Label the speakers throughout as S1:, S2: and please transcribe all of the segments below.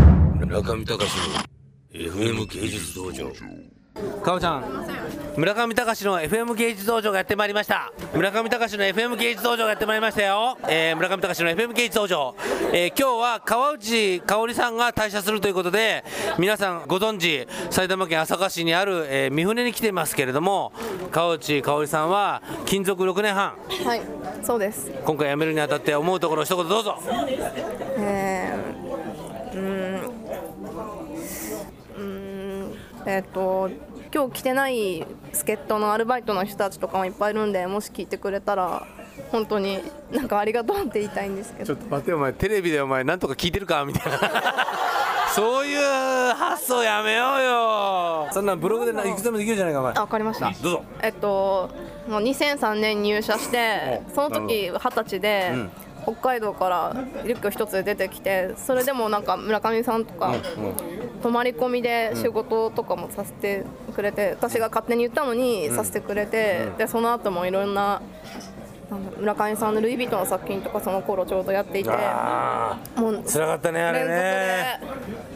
S1: 村上隆の FM 芸術道場
S2: かおちゃん村上隆の FM 芸術道場がやってまいりました村上隆の FM 芸術道場がやってまいりましたよ、えー村上隆の FM 芸術道場、えー今日は川内香織さんが退社するということで皆さんご存知埼玉県朝霞市にある、えー三船に来ていますけれども川内香織さんは勤続6年半
S3: はい、そうです。
S2: 今回辞めるにあたって思うところ一言どうぞ
S3: えー、うーん、うーん、えっ、と、今日来てない助っ人のアルバイトの人たちとかもいっぱいいるんで、もし聞いてくれたら。本当になんかありがとうって言いたいんですけ
S2: ちょ
S3: ど
S2: っ。と待ってお前テレビでお前なんとか聞いてるかみたいな そういう発想やめようよそんなんブログでないくつでもできるじゃないかお前
S3: あ、わかりました。
S2: どうぞ
S3: えっと、もう2003年に入社して
S2: お
S3: その時二十歳で、北海道からリュック一つで出てきてそれでもなんか村上さんとか、泊まり込みで仕事とかもさせてくれて、私が勝手に言ったのにさせてくれて、でその後もいろんな。なんだ村上さんの「ルイ・ヴィトン」の作品とかその頃ちょうどやっていて
S2: あ
S3: もう
S2: あつらかったねあれね
S3: 連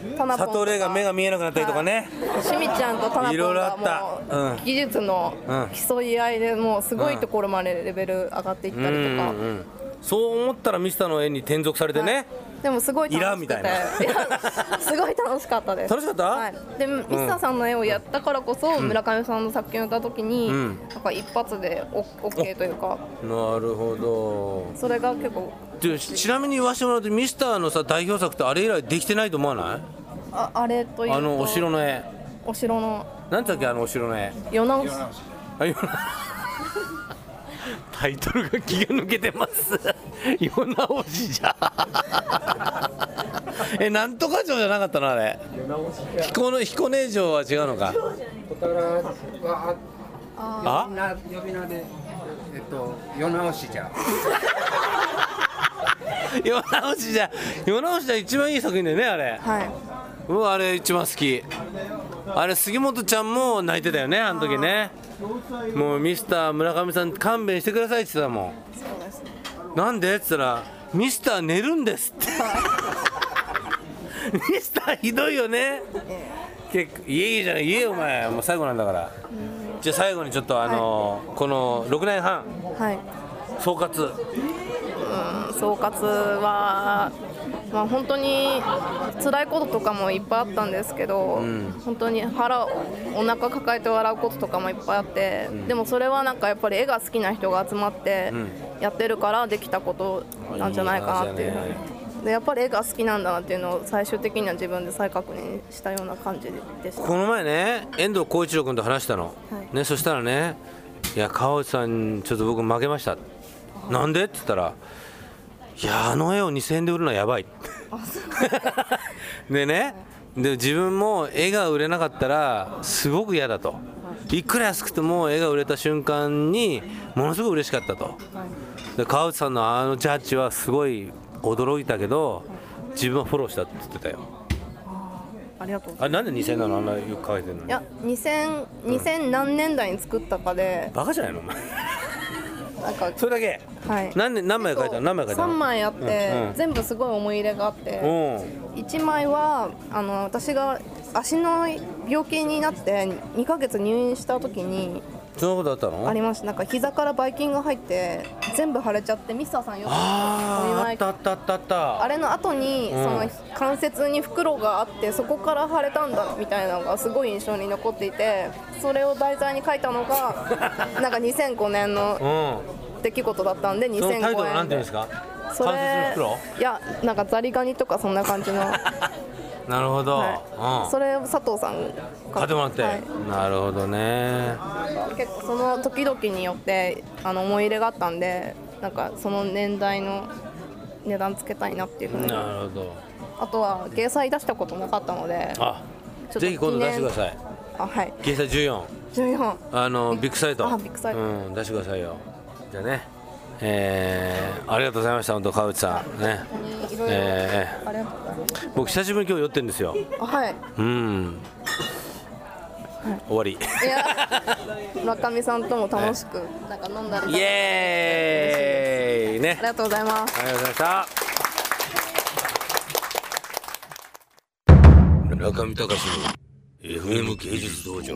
S3: 続でタナポン
S2: 佐
S3: とか
S2: 藤玲が目が見えなくなったりとかね、
S3: しみちゃんとタナポ
S2: いろい
S3: ン
S2: ろあ
S3: が
S2: った
S3: もう
S2: うん
S3: 技術の競い合いでもうすごいところまでレベル上がっていったりとか、
S2: そう思ったらミスターの絵に転属されてね、
S3: でもすごい楽しくて
S2: いらんみたいない
S3: やすごい楽しかったです
S2: 楽しかった
S3: はい、でミスターさんの絵をやったからこそ、村上さんの作品をやった時に、
S2: ん
S3: なんか一発でオ OK というか
S2: なるほど
S3: それが結構
S2: でちなみに言わせてもらうとミスターのさ代表作ってあれ以来できてないと思わな
S3: ああれという
S2: い
S3: と
S2: あのお城の絵
S3: お城の
S2: なんだっけあのお城の絵
S3: 世直し
S2: あ今タイトルが気が抜けてます世直しじゃえなんとか城じゃなかったのあれ彦の彦根城は違うのか
S4: だからわ
S2: あ
S4: あな呼び名でえっと世直しじゃ
S2: 世直しじゃ世直しじゃ一番いい作品だよねあれ
S3: はい
S2: うんあれ一番好きあれ杉本ちゃんも泣いてたよねあの時ねもうミスター村上さん勘弁してくださいって言ってたも
S3: そうです
S2: んなんでって言ったらミスター寝るんですって ミスターひどいよね結構いえいえじゃないいえよお前もう最後なんだからじゃあ最後にちょっとあのこの6年半
S3: はい
S2: 総括
S3: 総括は、まあ、本当に辛いこととかもいっぱいあったんですけど、本当に腹をお腹抱えて笑うこととかもいっぱいあって、でもそれはなんかやっぱり絵が好きな人が集まってやってるからできたことなんじゃないかなっていう
S2: あいい話だね
S3: でやっぱり絵が好きなんだなっていうのを最終的には自分で再確認したような感じでした。
S2: この前ね遠藤浩一郎君と話したの、
S3: はい
S2: ねそしたらね「いや川内さんちょっと僕負けました」なんで?」って言ったら「いやあの絵を2000円で売るのはやばい」 でねで自分も絵が売れなかったらすごく嫌だといくら安くても絵が売れた瞬間にものすごく嬉しかったとで川内さんのあのジャッジはすごい驚いたけど自分はフォローしたって言ってたよ
S3: ありがとうございます
S2: あれなんで2000なのあんなよく書いてるのに
S3: いや2000 2000何年代に作ったかで
S2: バカじゃないのお前
S3: なんか
S2: それだけ
S3: はい
S2: 何で何枚書いたの何枚書いたの
S3: 3枚あって、
S2: うん
S3: 全部すごい思い入れがあって、
S2: うん
S3: 1枚はあの私が足の病気になって2ヶ月入院した時に
S2: そんなことあったの
S3: ありましたなんか膝からばい菌が入って全部腫れちゃってミスターさんよく
S2: あーあったあったあったあった
S3: あれの後に、
S2: ん
S3: その関節に袋があってそこから腫れたんだみたいなのがすごい印象に残っていてそれを題材に書いたの がなんか2005年の
S2: う
S3: 出来事だったんで2005
S2: んその
S3: 年
S2: タイトルなんていうん
S3: で
S2: ですか関
S3: そ
S2: 節
S3: れ
S2: の袋
S3: いやなんかザリガニとかそんな感じ の。
S2: なるほど、
S3: はい、それを佐藤さん
S2: うん買ってもらって、
S3: はい
S2: なるほどね
S3: 結構その時々によってあの思い入れがあったんでなんかその年代の値段つけたいなっていうふうにあ
S2: なるほど
S3: とは芸祭出したことなかったので
S2: あ
S3: ちょっと
S2: ぜひ今度出してください
S3: あはい
S2: 掲載14
S3: 14
S2: あのビッグサイト
S3: あビッグサイト
S2: うん、出してくださいよじゃあねえー、ありがとうございました本当川内さんね
S3: いろいろ
S2: え
S3: ありがとうございます
S2: 僕久しぶりに今日寄ってんですよ
S3: あはい
S2: うん。終わり。
S3: い や村上さんとも楽しくなんか飲んだり
S2: イエーイね
S3: あり。がとうございます
S2: ありがとうございました。
S1: 村上隆の FM 芸術道場。